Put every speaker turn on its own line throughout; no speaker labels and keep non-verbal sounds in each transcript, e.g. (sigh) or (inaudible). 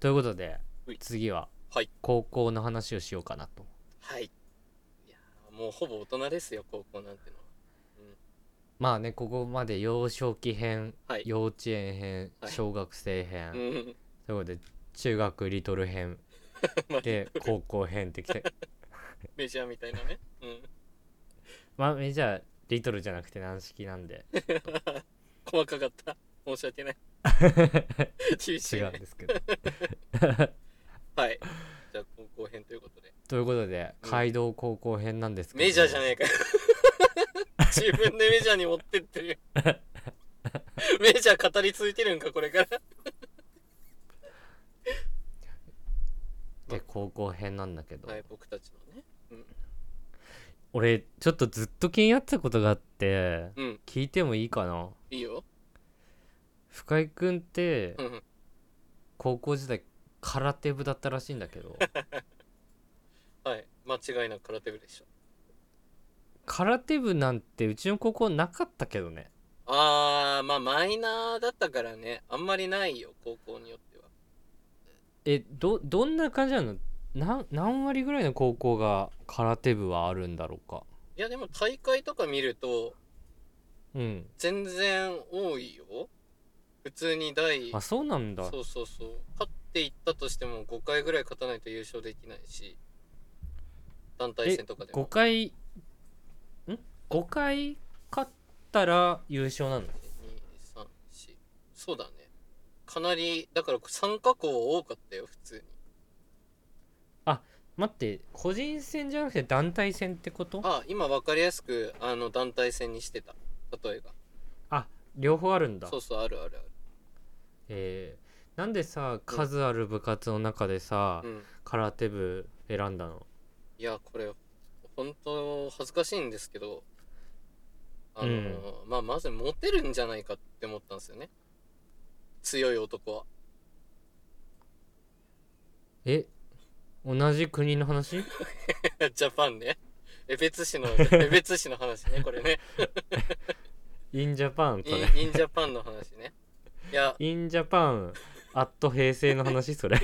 ということで
うい
次は
はい
高校の話をしようかなと
はい。いやーもうほぼ大人ですよ、高校なんてのは。
まあねここまで幼少期編、
はい
幼稚園編
はい
小学生編、
う。
というんことで中学リトル
(laughs)
編で高校編ってきて
メジャーみたいなね。うん。
まあメジャーリトルじゃなくて軟式なん
(laughs)
で
細かかった。申し訳ない。厳し
違
い、
うん
ね。
ですけど
はい。じゃあ、高校編ということで。
ということで
うん
街道高校編なんですけど
メジャーじゃね
(laughs)
えかよ。自分でメジャーに持ってってるよ。メジャー語り続けるんか、これから。
で高校編なんだけど、
はい、僕たちのね。
俺ちょっとずっと気になってたことがあって
うん。
聞いてもいいかない
いよ。
深井君って
うん。
高校時代空手部だったらしいんだけど (laughs)
はい。間違いなく空手部でしょ。
空手部なんてうちの高校なかったけどね
あー、まあ、マイナーだったからね。あんまりないよ、高校によっては。
えどどんな感じなのなん何割ぐらいの高校が空手部はあるんだろうか
いや、でも大会とか見ると、
うん
全然多いよ。普通に第、
あそうなんだ
そうそうそう。勝っていったとしても5回ぐらい勝たないと優勝できないし、団体戦とかで
5
も。
回ん5回勝ったら優勝なの
2、3、4。そうだね。かなり、だから参加校多かったよ、普通に。
待って個人戦じゃなくて団体戦ってこと
あ、今分かりやすく、あの、団体戦にしてた。例えば。
あ両方あるんだ
そうそう、あるある
えーなんでさ数ある部活の中で
あ
さ、
る。うん。
空手部選んだの
いや、これ、本当恥ずかしいんですけど、あのーまあ、まずモテるんじゃないかって思ったんですよね。強い男は。 (laughs)
え同じ国の話
ジャパンね。江別市の、江別市の話ね、これね。
インジャパンそ
イン
れ
インジャパンの話ね。いや、
インジャパンアット平成の話それ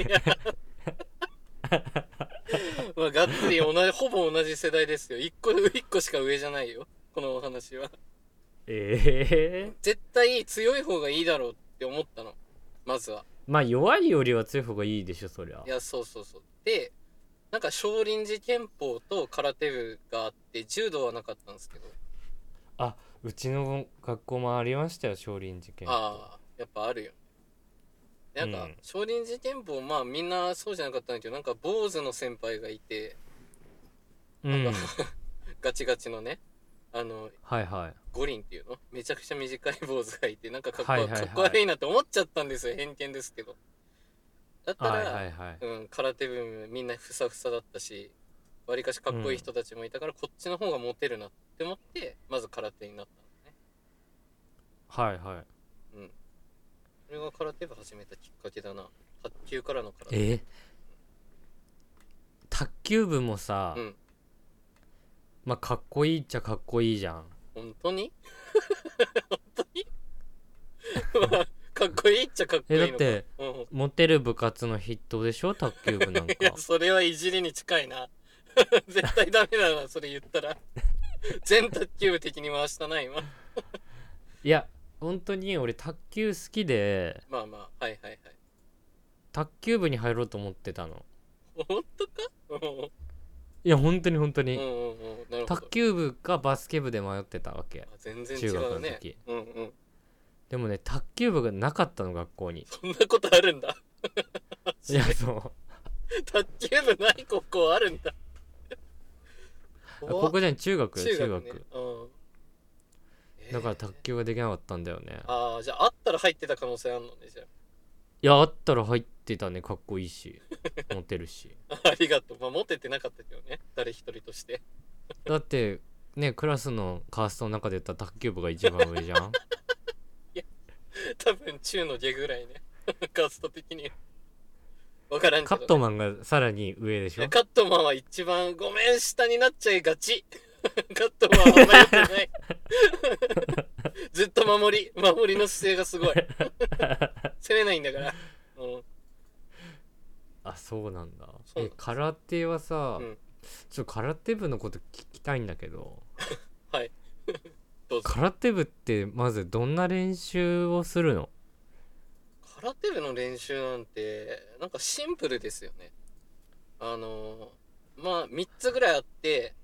まあ、がっつり同じ、ほぼ同じ世代ですよ。一個、一個しか上じゃないよ。このお話は。
ええ
絶対強い方がいいだろうって思ったの。まずは。
まあ弱いよりは強い方がいいでしょそりゃ
いや、そうそうそう。で、なんか少林寺拳法と空手部があって、柔道はなかったんですけど、
うちの学校もありましたよ少林寺拳
ああ、やっぱあるよ。なんか、
うん
少林寺拳法、まあみんなそうじゃなかったんだけど、なんか坊主の先輩がいて、
うん
なんかガチガチのね、あの、
はいはい
五輪っていうのめちゃくちゃ短い坊主がいて、なんかかっこ,、
はいはいはい
かっこ悪いなって思っちゃったんですよ、偏見ですけど。だったら、
はいはいはい
うん、空手部みんなふさふさだったし、わりかしかっこいい人たちもいたから、こっちの方がモテるなって思って、まず空手になったのね。
はいはい
それが空手部始めたきっかけだな。卓球からの空手。
え卓球部もさ、
うん。
まあかっこいいっちゃかっこいいじゃん
本当に (laughs) 本当に (laughs) まあ、かっこいいっちゃかっこいい
え
の
だ
か。
って
うん。
モテる部活の筆頭でしょ卓球部なんか
いや、それはいじりに近いな。 (laughs) 絶対ダメだな、それ言ったら。全卓球部的に回したな、今。
いや本当に俺卓球好きで
まあまあ、はいはいはい。
卓球部に入ろうと思ってたの
本当かうん
いや本当に本当
うんう
に
んうんうん。なるほ
卓
ど。
球部かバスケ部で迷ってたわけ
あ全然違
中学
う
の
ね
時。
うんうん。
でもね卓球部がなかったの学校に
そんなことあるんだ。 (laughs)
いやそう
卓球部ない高校あるんだ。
ここじゃん中学
中
中
学
学
ね。うんえー
だから卓球ができなかったんだよね
ああ、じゃあ、あったら入ってた可能性あるのね、じゃ
いやあったら入ってたねかっこいいしモテるし
あ。 (laughs) ありがとう。まあ、モテてなかったけどね。誰一人として。
だってねクラスのカーストの中で言ったら卓球部が一番上じゃ
(laughs)
ん
多分、中の下ぐらいね。 (laughs) カスト的には。わからんけ
カ
ど、
ッ
ね。
トマンがさらに上でし
いや
ょ
カットマンは一番、ごめん、下になっちゃいがち。カットマンはあんま良くない。 (laughs) ずっと守り、守りの姿勢がすごい。攻めないんだから。うん。
そうなんだ
そうなん
え
です
空手はさ、
うん
ちょっと空手部のこと聞きたいんだけど
はい。どうぞ
空手部ってまずどんな練習をするの
空手部の練習なんてなんかシンプルですよねあのまあ3つぐらいあって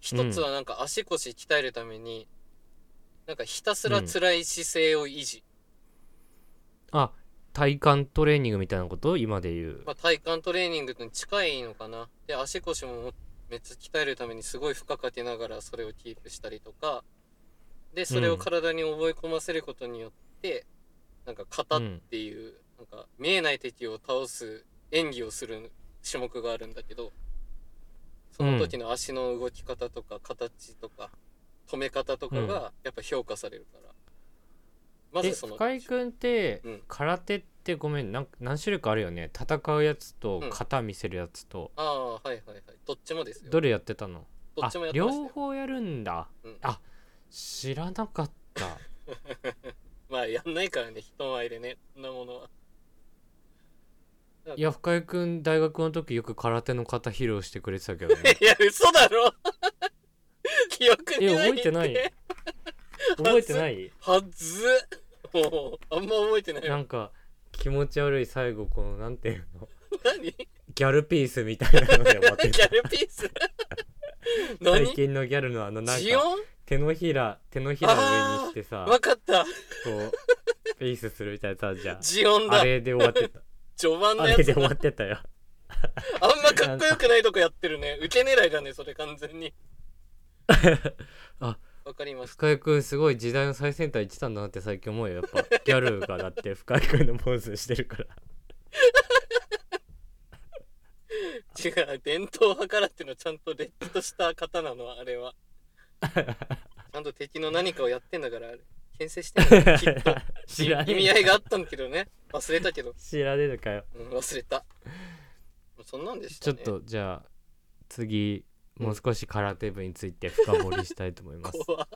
1つはなんか足腰鍛えるために、なんかひたすら辛い姿勢を維持、
あ体幹トレーニングみたいなこと今で言う、
まあ、体幹トレーニングに近いのかなで足腰もめっちゃ鍛えるためにすごい負荷かけながらそれをキープしたりとかでそれを体に覚え込ませることによって、なんか型っていう、なんか見えない敵を倒す演技をする種目があるんだけどその時の足の動き方とか形とか止め方とか
うん
がやっぱ評価されるから、ま
で
ずその
深井君って、
うん
空手ってごめんなん何種類かあるよね戦うやつと
うん
型見せるやつと、
ああはいはいはいどっちもですよ
どれやってたの
どっちもやって
あ
ました
両
よ
方やるんだ、
うん
あ知らなかった
(laughs) まあやんないからね人前でねそんなものはい
や深井君大学の時よく空手の型披露してくれてたけどね
(laughs) いや嘘だろ (laughs) 記憶に
え
ない
覚えてない覚えてない
はっずもうあんま覚えてない
な
わ
んか気持ち悪い最後このなんていうの (laughs)
何ギ
ギャルピースみたいなので終わ
(laughs)
ってた
ャルピース
(laughs) 最
何
近のギャルのあのなん
ジ
か
オン
手のひら手のひらを上にしてさ
わかった
こうピースするみたいなさじゃ
ジオン
ああ
だ
れで終わって
(laughs)
た
序盤
あ
のや
れ
つ
で
あ
終わってたよ
んまかっこよくないとこやってるね受け狙いだねそれ完全に
(laughs) あ
わかりました
深井君すごい時代の最先端行ってたんだなって最近思うよやっ
(laughs)
ぱギャルがだって深井君のポーズしてるから
違う伝統派からっていうのはちゃんとれっきとした方なのあ
(laughs)
れはちゃんと敵の何かをやってんだからあれ牽制して (laughs) るんだよきっと
(laughs) 知ら
意
ね
味合
え
いがあったんだけどね忘れたけど、
知らねえのかよ
うん、忘れ
(laughs)
たそんなんでし
ち
た
ょっ
ね
とじゃあ次もう少し空手部について深掘りしたいと思います
怖っ